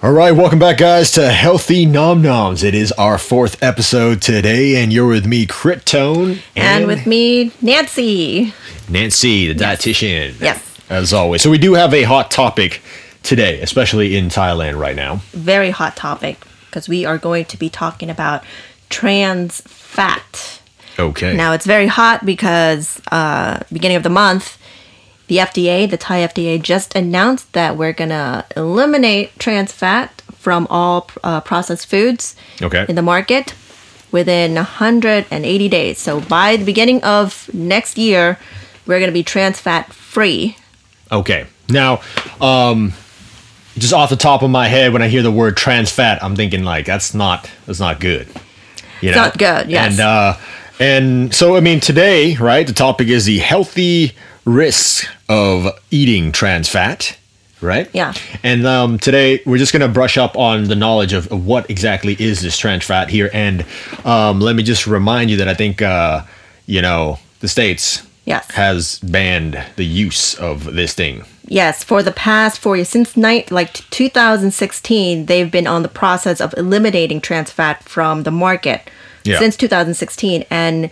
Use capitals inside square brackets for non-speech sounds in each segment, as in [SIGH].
All right, welcome back, guys, to Healthy Nom Noms. It is our fourth episode today, and you're with me, Crit Tone, And with me, Nancy. Nancy, the dietitian. Yes. As always. So, we do have a hot topic today, especially in Thailand right now. Very hot topic because we are going to be talking about trans fat. Okay. Now, it's very hot because uh, beginning of the month, the FDA, the Thai FDA, just announced that we're going to eliminate trans fat from all uh, processed foods Okay. in the market within 180 days. So by the beginning of next year, we're going to be trans fat free. Okay. Now, um, just off the top of my head, when I hear the word trans fat, I'm thinking like that's not that's not good. You It's not good, yes. And uh, and so I mean today, right? The topic is the healthy risks of eating trans fat, right? Yeah. And um, today we're just gonna brush up on the knowledge of, of what exactly is this trans fat here. And um, let me just remind you that I think uh, you know the states Yes. has banned the use of this thing. Yes, for the past four years, since night like 2016, they've been on the process of eliminating trans fat from the market Yeah. since 2016, and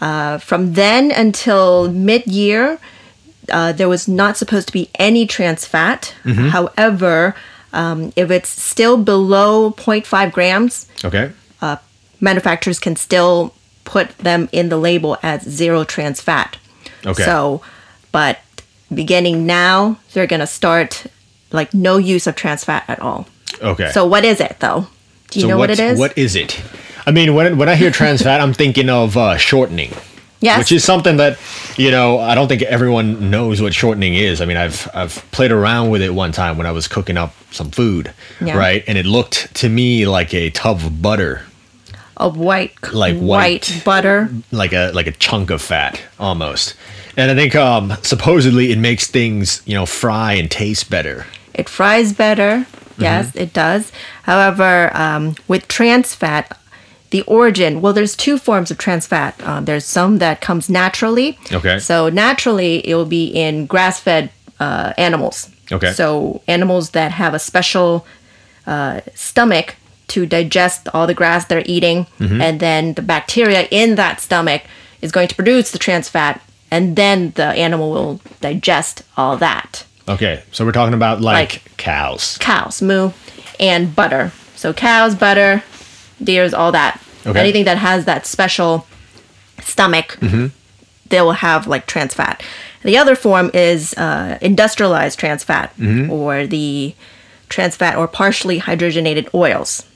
uh, from then until mid-year, uh, there was not supposed to be any trans fat. However, um, if it's still below 0.5 grams, Okay. manufacturers can still put them in the label as zero trans fat. Okay. So, but beginning now, they're going to start like no use of trans fat at all. Okay. So, what is it though? Do you know what it what's- is? What is it? I mean, when when I hear trans fat, I'm thinking of uh, shortening. Yes. Which is something that you know I don't think everyone knows what shortening is. I mean, I've I've played around with it one time when I was cooking up some food, Yeah. right? And it looked to me like a tub of butter, a white, c- Like white. butter. like a like a chunk of fat almost. And I think um, supposedly it makes things you know fry and taste better. It fries better. Mm-hmm. Yes, it does. However, um, with trans fat, the origin well, there's two forms of trans fat. Um, there's some that comes naturally. Okay. So naturally, it will be in grass-fed uh, animals. Okay. So animals that have a special uh, stomach to digest all the grass they're eating, Mm-hmm. and then the bacteria in that stomach is going to produce the trans fat, and then the animal will digest all that Okay, so we're talking about like, Like- cows. cows, moo, and butter. So cows, butter, deers, all that. Okay. Anything that has that special stomach, Mm-hmm. they will have like trans fat. The other form is uh, industrialized trans fat, Mm-hmm. or the trans fat or partially hydrogenated oils.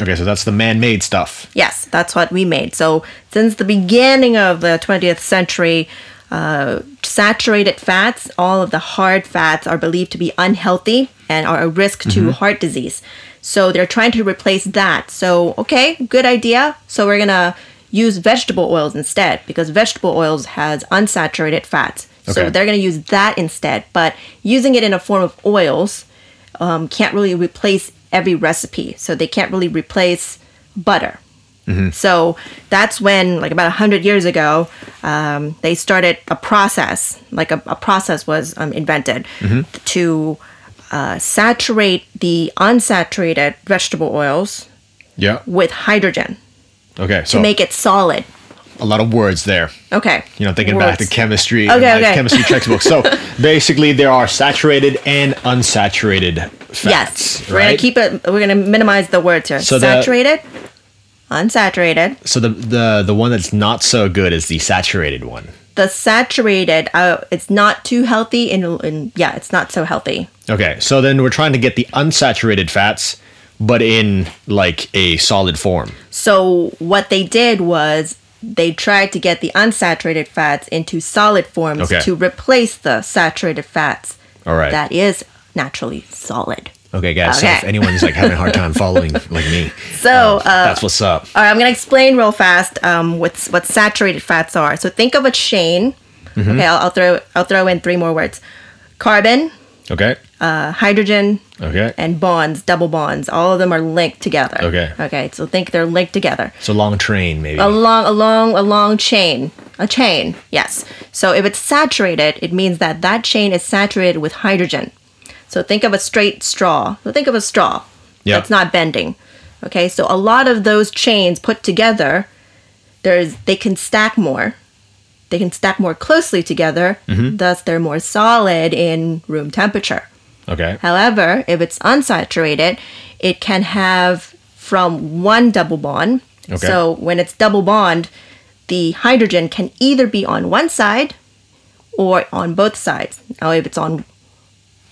Okay, so that's the man-made stuff. Yes, that's what we made. So, since the beginning of the 20th century, uh, saturated fats, all of the hard fats, are believed to be unhealthy and are a risk to heart disease. So, they're trying to replace that. So, okay, good idea. So, we're going to use vegetable oils instead because vegetable oils has unsaturated fats. Okay. So, they're going to use that instead. But using it in a form of oils um, can't really replace every recipe. So, they can't really replace butter. So that's when, like about 100 years ago, um, they started a process, like a, a process was um, invented Mm-hmm. to uh, saturate the unsaturated vegetable oils Yeah. with hydrogen, Okay. So make it solid. a lot of words there. Okay. You know, thinking back to Words. chemistry, and Okay, my okay. [LAUGHS] chemistry textbook. So basically, there are saturated and unsaturated fats. Yes. We're going right? to keep it, we're going to minimize the words here. So the- saturated, unsaturated. so the the the one that's not so good is the saturated one. The saturated, uh, it's not too healthy, and, and yeah, it's not so healthy. Okay. So then we're trying to get the unsaturated fats, but in like a solid form. So what they did was they tried to get the unsaturated fats into solid forms Okay. to replace the saturated fats All right. that is naturally solid. okay, guys. So Okay. if anyone's like having a hard [LAUGHS] time following, like me, So uh, that's what's up. all right, I'm gonna explain real fast um, what what saturated fats are. So think of a chain. Mm-hmm. Okay, I'll, I'll throw I'll throw in three more words: carbon, Okay. uh, hydrogen, Okay. and bonds, double bonds. All of them are linked together. Okay. Okay. So think they're linked together. so long train maybe. a long a long a long chain a chain yes so if it's saturated it means that that chain is saturated with hydrogen so think of a straight straw so think of a straw Yeah. That's not bending. Okay, so a lot of those chains put together, there's they can stack more. They can stack more closely together, thus they're more solid in room temperature. Okay. However, if it's unsaturated, it can have from one double bond. Okay. So when it's double bond, the hydrogen can either be on one side or on both sides. Now, if it's on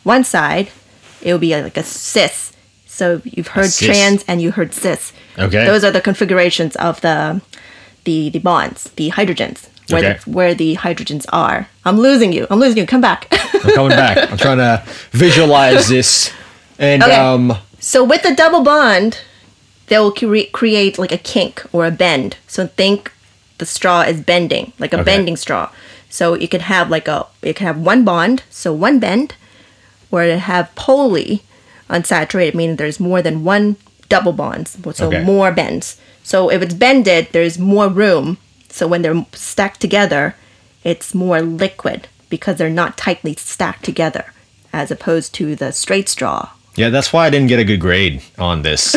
one side, it will be like a cis. So you've heard cis. trans and you heard cis. Okay. Those are the configurations of the the the bonds, the hydrogens, where Okay. the, where the hydrogens are. I'm losing you. I'm losing you. Come back. [LAUGHS] I'm coming back. I'm trying to visualize this. And Okay. um So with the double bond, they will cre- create like a kink or a bend. So think the straw is bending, like a Okay. bending straw. So you could have like a you can have one bond, so one bend, or it have poly unsaturated, meaning there's more than one double bonds, so Okay. more bends. So if it's bended, there's more room. So when they're stacked together, it's more liquid because they're not tightly stacked together, as opposed to the straight straw yeah, that's why I didn't get a good grade on this.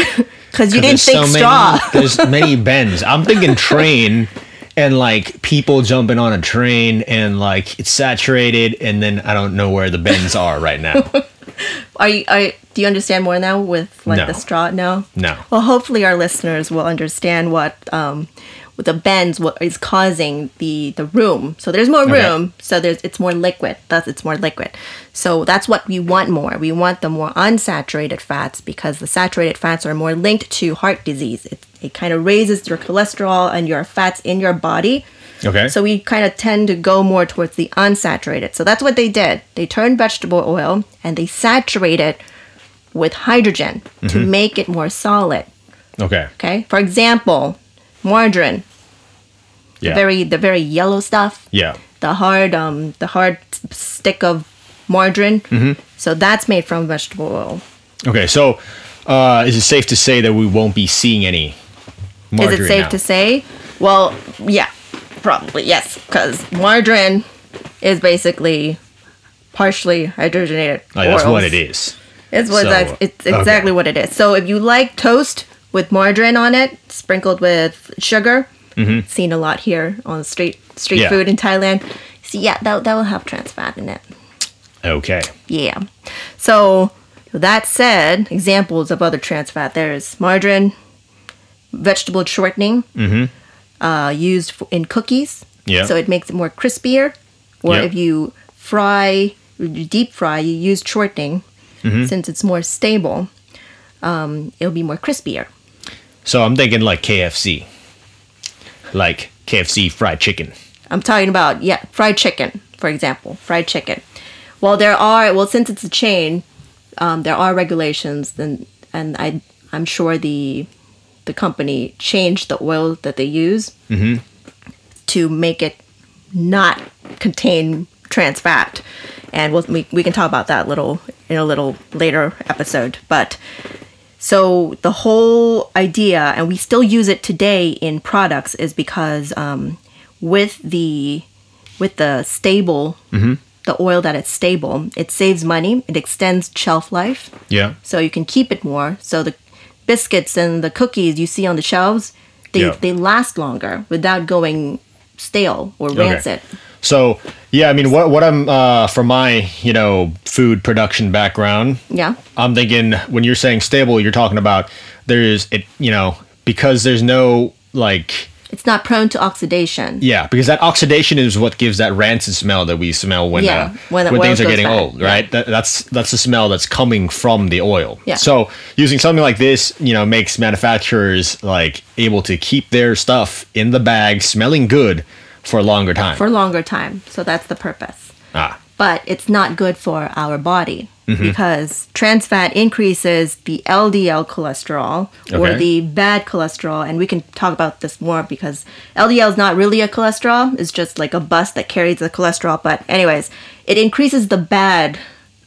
because [LAUGHS] you didn't There's think straw. Many, [LAUGHS] there's many bends. I'm [LAUGHS] thinking train and like people jumping on a train and like it's saturated and then I don't know where the [LAUGHS] bends are right now. Are you? Are, do you understand more now with like No. the straw? No. No. Well, hopefully our listeners will understand what um, with the bends what is causing the the room. So there's more Okay. room. So there's it's more liquid. Thus it's more liquid. So that's what we want more. We want the more unsaturated fats because the saturated fats are more linked to heart disease. It it kind of raises your cholesterol and your fats in your body. Okay. So we kind of tend to go more towards the unsaturated. So that's what they did. They turned vegetable oil and they saturated it with hydrogen to Mm-hmm. make it more solid. okay. Okay. For example, margarine, Yeah. very the very yellow stuff, yeah. the hard um the hard s- stick of margarine. Mm-hmm. So that's made from vegetable oil. Okay. So uh is it safe to say that we won't be seeing any margarine Is it safe now? to say? Well, yeah, probably yes, because margarine is basically partially hydrogenated. Like, Oh, that's oils. what it is. It's what So, that's- it's okay. exactly what it is. So if you like toast with margarine on it, sprinkled with sugar, seen a lot here on street Mm-hmm. street Yeah. food in Thailand. So yeah, that that will have trans fat in it. Okay. Yeah. So that said, examples of other trans fat there's margarine, vegetable shortening, uh, used f- in cookies. Mm-hmm. Yeah. So it makes it more crispier. Or Yeah. if you fry, you deep fry, you use shortening Mm-hmm. since it's more stable. Um, it'll be more crispier. So I'm thinking like KFC. Like KFC fried chicken. I'm talking about yeah, fried chicken, for example, fried chicken. Well, there are well since it's a chain, um, there are regulations, and and I I'm sure the the company changed the oil that they use to make it not contain trans fat, and we'll, we we can talk about that little in a little later episode, but. So the whole idea, and we still use it today in products, is because um, with the with the stable, Mm-hmm. the oil that it's stable, it saves money. It extends shelf life, Yeah. so you can keep it more. So the biscuits and the cookies you see on the shelves, they Yeah. they last longer without going stale or Okay. rancid. So yeah, I mean, what what I'm uh, from my you know food production background, Yeah. I'm thinking when you're saying stable, you're talking about there's it you know because there's no like It's not prone to oxidation. yeah because that oxidation is what gives that rancid smell that we smell when Yeah, uh, when, when the oil things are goes getting bad. old, right? That, that's that's the smell that's coming from the oil. Yeah. So using something like this, you know, makes manufacturers like able to keep their stuff in the bag smelling good for a longer time. For a longer time. So that's the purpose. ah, but it's not good for our body because trans fat increases the LDL cholesterol or Okay. the bad cholesterol. And we can talk about this more because LDL is not really a cholesterol, it's just like a bus that carries the cholesterol. But, anyways, it increases the bad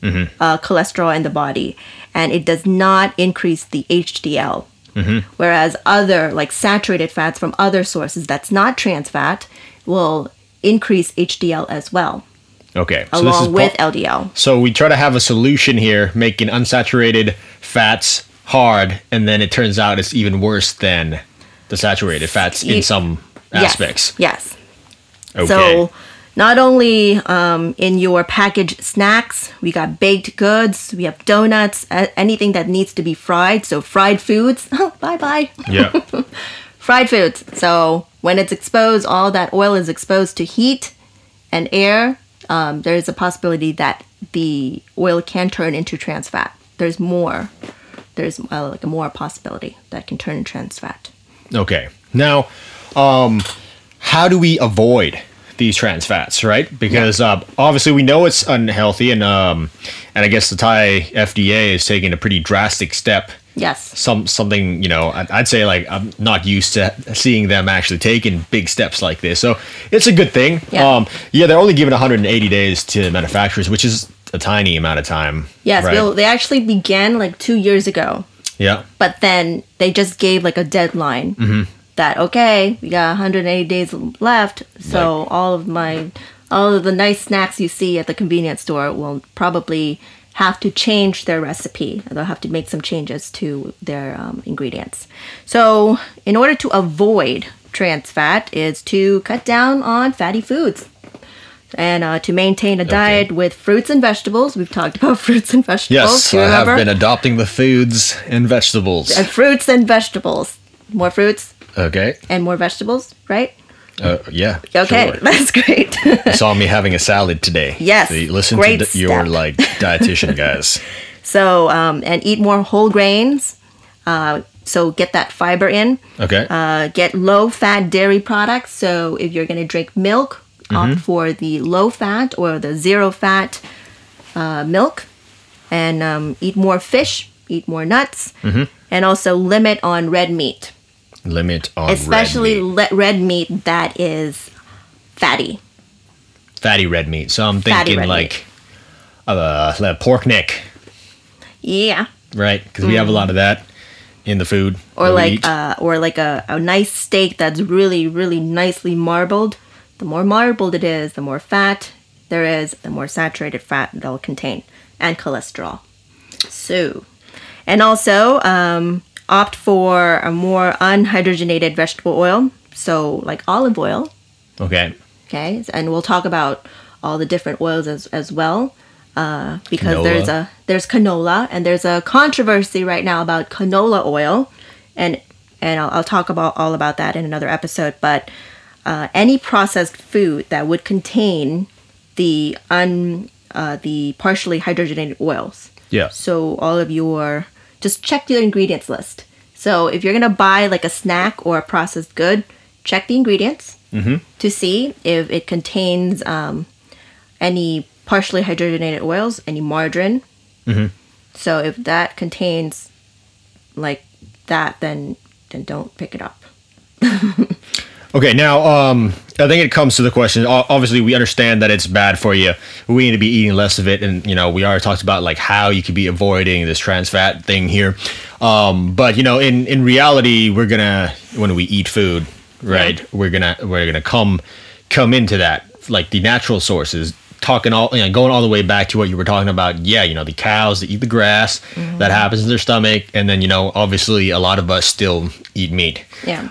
uh, cholesterol in the body and it does not increase the HDL. Whereas other, like saturated fats from other sources that's not trans fat, will increase HDL as well okay. So this is along pa- with LDL. So we try to have a solution here, making unsaturated fats hard, and then it turns out it's even worse than the saturated fats in Ye- some Yes, aspects. Yes. Okay. So, not only um, in your packaged snacks, we got baked goods, we have donuts, a- anything that needs to be fried. So, fried foods, [LAUGHS] bye bye. [LAUGHS] yeah. Fried foods. So, when it's exposed, all that oil is exposed to heat and air. Um, there's a possibility that the oil can turn into trans fat. There's more. There's uh, like a more possibility that can turn into trans fat. Okay. Now, um, how do we avoid these trans fats, right? Because uh, obviously we know it's unhealthy, and um, and I guess the Thai FDA is taking a pretty drastic step. Yes. Some something you know, I- I'd say like I'm not used to seeing them actually taking big steps like this. So it's a good thing. Yeah. Um, yeah, they're only giving 180 days to manufacturers, which is a tiny amount of time. Yes. right? Bill, they actually began like two years ago. Yeah. but then they just gave like a deadline Mm-hmm. that okay we got 180 days left so all of my all of the nice snacks you see at the convenience store will probably have to change their recipe they'll have to make some changes to their um, ingredients so in order to avoid trans fat is to cut down on fatty foods and uh, to maintain a diet with fruits and vegetables we've talked about [LAUGHS] fruits and vegetables Yes, you I have remember? been adopting the foods and vegetables. and fruits and vegetables. More fruits Okay. and more vegetables, right? Uh, yeah. Okay, sure. that's [LAUGHS] great. saw me having a salad today. Yes, So you listen great to the, your step. like [LAUGHS] dietitian guys. so, um, and eat more whole grains. Uh, so get that fiber in. Okay. Uh, get low fat dairy products. So if you're going to drink milk, Mm-hmm. opt for the low fat or the zero fat uh, milk and um, eat more fish, eat more nuts, Mm-hmm. and also limit on red meat, Limit on red especially meat. le- red meat that is fatty. fatty red meat. So I'm Fatty thinking red like uh, like pork neck, Yeah. right? Because we have a lot of that in the food. Mm. or that we like eat. uh, or like a, a nice steak that's really really nicely marbled the more marbled it is the more fat there is the more saturated fat it'll contain and cholesterol so and also um, opt for a more unhydrogenated vegetable oil so like olive oil okay, okay and we'll talk about all the different oils as, as well uh, because Canola. there's a there's canola and there's a controversy right now about canola oil and and I'll, I'll talk about all about that in another episode but uh, any processed food that would contain the un uh, the partially hydrogenated oils yeah, so all of your just check your ingredients list. So if you're gonna buy like a snack or a processed good, check the ingredients to see if it contains um, any partially hydrogenated oils, any margarine. So if that contains like that, then then don't pick it up. okay. Now, um, I think it comes to the question. o- Obviously, we understand that it's bad for you. We need to be eating less of it, and you know, we already talked about like how you could be avoiding this trans fat thing here. Um, but you know, in in reality, we're gonna when we eat food, right? We're gonna we're gonna come come into that like the natural sources. Talking all, you know, going all the way back to what you were talking about. Yeah, you know, the cows that eat the grass that happens in their stomach, and then you know, obviously, a lot of us still eat meat Yeah.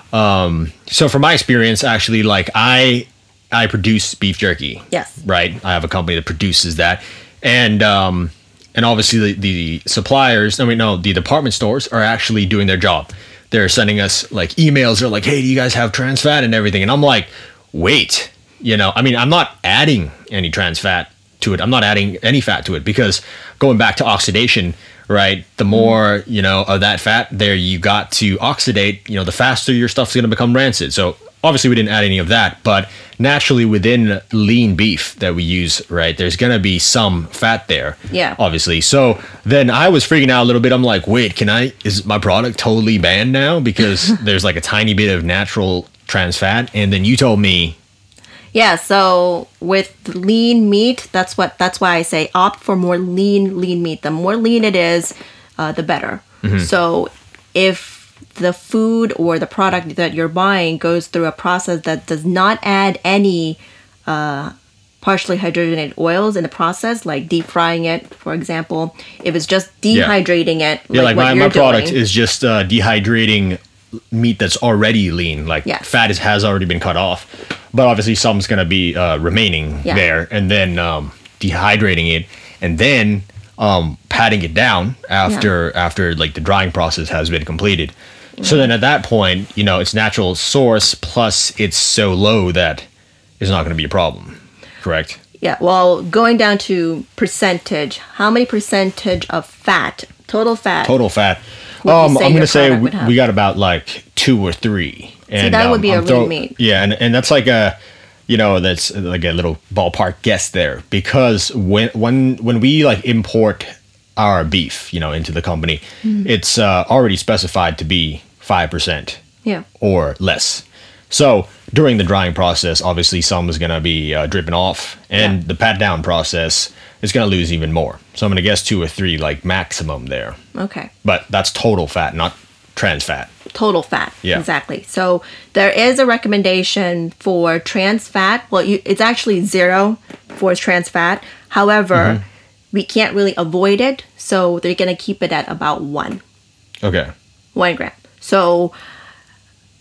so from my experience actually like i i produce beef jerky Yes. right i have a company that produces that and um and obviously the, the suppliers i mean no the department stores are actually doing their job they're sending us like emails they're like hey do you guys have trans fat and everything and i'm like wait you know i mean i'm not adding any trans fat to it i'm not adding any fat to it because going back to oxidation right the more you know of that fat there you got to oxidate you know the faster your stuff's going to become rancid so obviously we didn't add any of that but naturally within lean beef that we use right there's going to be some fat there Yeah. obviously so then i was freaking out a little bit i'm like wait can i is my product totally banned now because [LAUGHS] there's like a tiny bit of natural trans fat and then you told me Yeah, so with lean meat, that's what that's why I say opt for more lean lean meat. The more lean it is, uh, the better. Mm-hmm. So if the food or the product that you're buying goes through a process that does not add any uh, partially hydrogenated oils in the process, like deep frying it, for example. If it's just dehydrating it, Yeah, like, what my, you're my product doing, is just uh, dehydrating meat that's already lean. Like Yes. fat is, has already been cut off, but obviously some's gonna be uh, remaining Yeah. there, and then um, dehydrating it, and then um, patting it down after after like the drying process has been completed. Mm-hmm. So then at that point, you know, its natural source plus it's so low that it's not gonna be a problem. Correct. Yeah, well, going down to percentage, how many percentage of fat, total fat? total fat. Would you Um, say I'm your gonna say product we, would have? we got about like two or three. And that would um, be a I'm lean throw- meat. Yeah, and, and that's like a, you know, that's like a little ballpark guess there because when when when we like import our beef, you know, into the company, Mm-hmm. it's uh, already specified to be five percent Yeah. or less. So during the drying process, obviously some is going to be uh, dripping off, and Yeah. the pat down process is going to lose even more. So I'm going to guess two or three, like maximum there. Okay. But that's total fat, not trans fat. total fat. Yeah. Exactly. So there is a recommendation for trans fat. Well, you, it's actually zero for trans fat. However, we can't really avoid it. So they're going to keep it at about one, Okay. one gram. So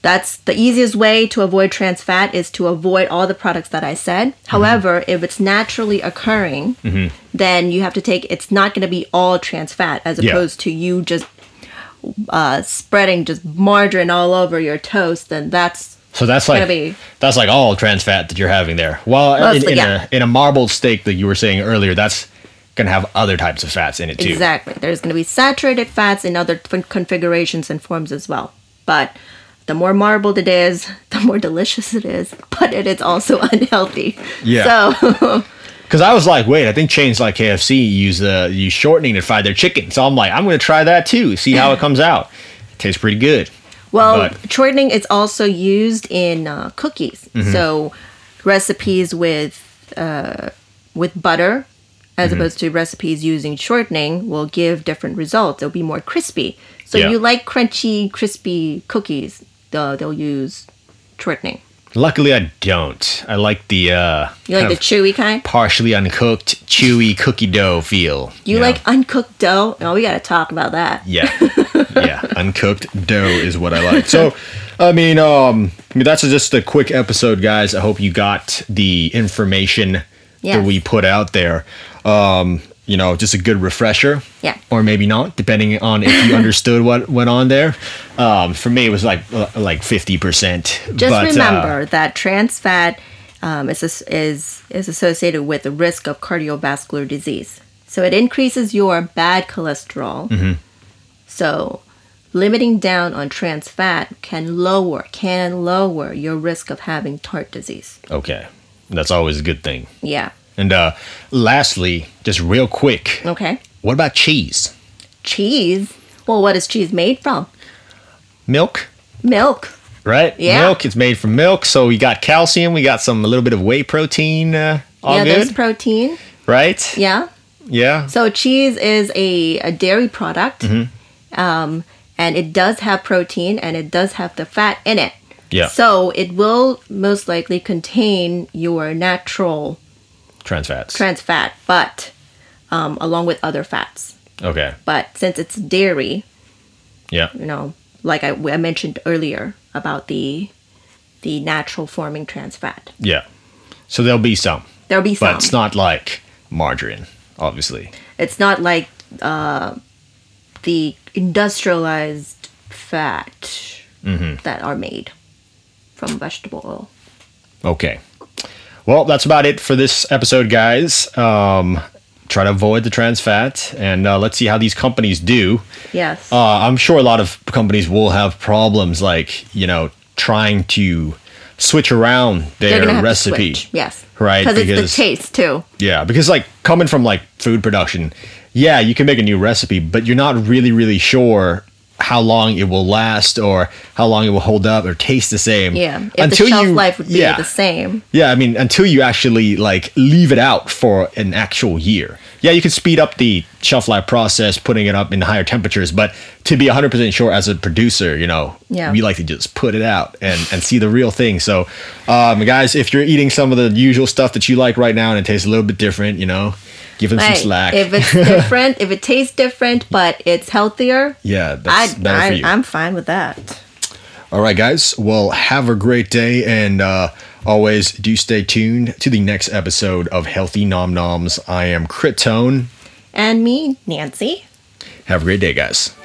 that's the easiest way to avoid trans fat is to avoid all the products that I said. Mm-hmm. However, if it's naturally occurring, then you have to take it's not going to be all trans fat as Yeah. opposed to you just uh, spreading just margarine all over your toast. And that's So that's Gonna like be- that's like all trans fat that you're having there. Well, in, Mostly, in, yeah. a in a marbled steak that you were saying earlier, that's gonna have other types of fats in it too. exactly there's going to be saturated fats in other different configurations and forms as well. But the more marbled it is, [LAUGHS] the more delicious it is. [LAUGHS] But it is also [LAUGHS] unhealthy. Yeah. So Because I was like, wait, I think chains like KFC use the you shortening to fry their chicken. So I'm like, I'm gonna try that too. See how it comes out. tastes pretty good. Well, But- shortening is also used in uh, cookies. Mm-hmm. So recipes with uh, with butter, as Mm-hmm. opposed to recipes using shortening, will give different results. They'll be more crispy. So Yeah. you like crunchy, crispy cookies, they'll, they'll use shortening. Luckily, I don't. I like the uh, You like kind the of chewy kind. partially uncooked, chewy cookie dough feel. You know? like uncooked dough? Oh, we got to talk about that. Yeah, [LAUGHS] yeah. Uncooked dough is what I like. So, I mean, um, I mean that's just a quick episode, guys. I hope you got the information Yes. that we put out there. Um, you know, just a good refresher. Yeah. Or maybe not, depending on if you understood what went on there. Um, for me, it was like uh, like fifty percent. uh, Just remember that trans fat um, is, as- is is associated with the risk of cardiovascular disease. So it increases your bad cholesterol. Mm-hmm. So limiting down on trans fat can lower can lower your risk of having heart disease. okay, that's always a good thing. Yeah. And uh, lastly, just real quick, Okay. what about cheese? Cheese. Well, what is cheese made from? Milk? Milk. right? Yeah. Milk. It's made from milk, so we got calcium. We got some a little bit of whey protein. Uh, all yeah, good, there's protein. right? Yeah. Yeah. So cheese is a, a dairy product, Mm-hmm. um, and it does have protein and it does have the fat in it. Yeah. So it will most likely contain your natural Trans fats. trans fat, but um, along with other fats. okay. But since it's dairy, Yeah. you know, like I, I mentioned earlier about the the natural forming trans fat, Yeah. So there'll be some, there'll be but some. it's not like margarine, obviously. it's not like uh, the industrialized fat Mm-hmm. that are made from vegetable oil. Okay. Well, that's about it for this episode, guys. Um, try to avoid the trans fat, and uh, let's see how these companies do. Yes. Uh, I'm sure a lot of companies will have problems, like you know, trying to switch around They're their gonna have recipe. to switch. Yes. Right, Because it's because- the taste too. Yeah, because like coming from like food production, yeah, you can make a new recipe, but you're not really really sure how long it will last or how long it will hold up or taste the same. Yeah. If the shelf life would be yeah, the same. Yeah, I mean until you actually like leave it out for an actual year. Yeah, you could speed up the shelf life process, putting it up in higher temperatures, but to be 100% sure as a producer, you know, Yeah. we like to just put it out and, and see the real thing. So, um, guys, if you're eating some of the usual stuff that you like right now and it tastes a little bit different, you know, give them Right. some slack. [LAUGHS] If it's different, if it tastes different, but it's healthier, yeah, that's I, better for I, you. I'm fine with that. All right, guys. Well, have a great day. And uh, always do stay tuned to the next episode of Healthy Nom Noms. I am Critone. And me, Nancy. Have a great day, guys.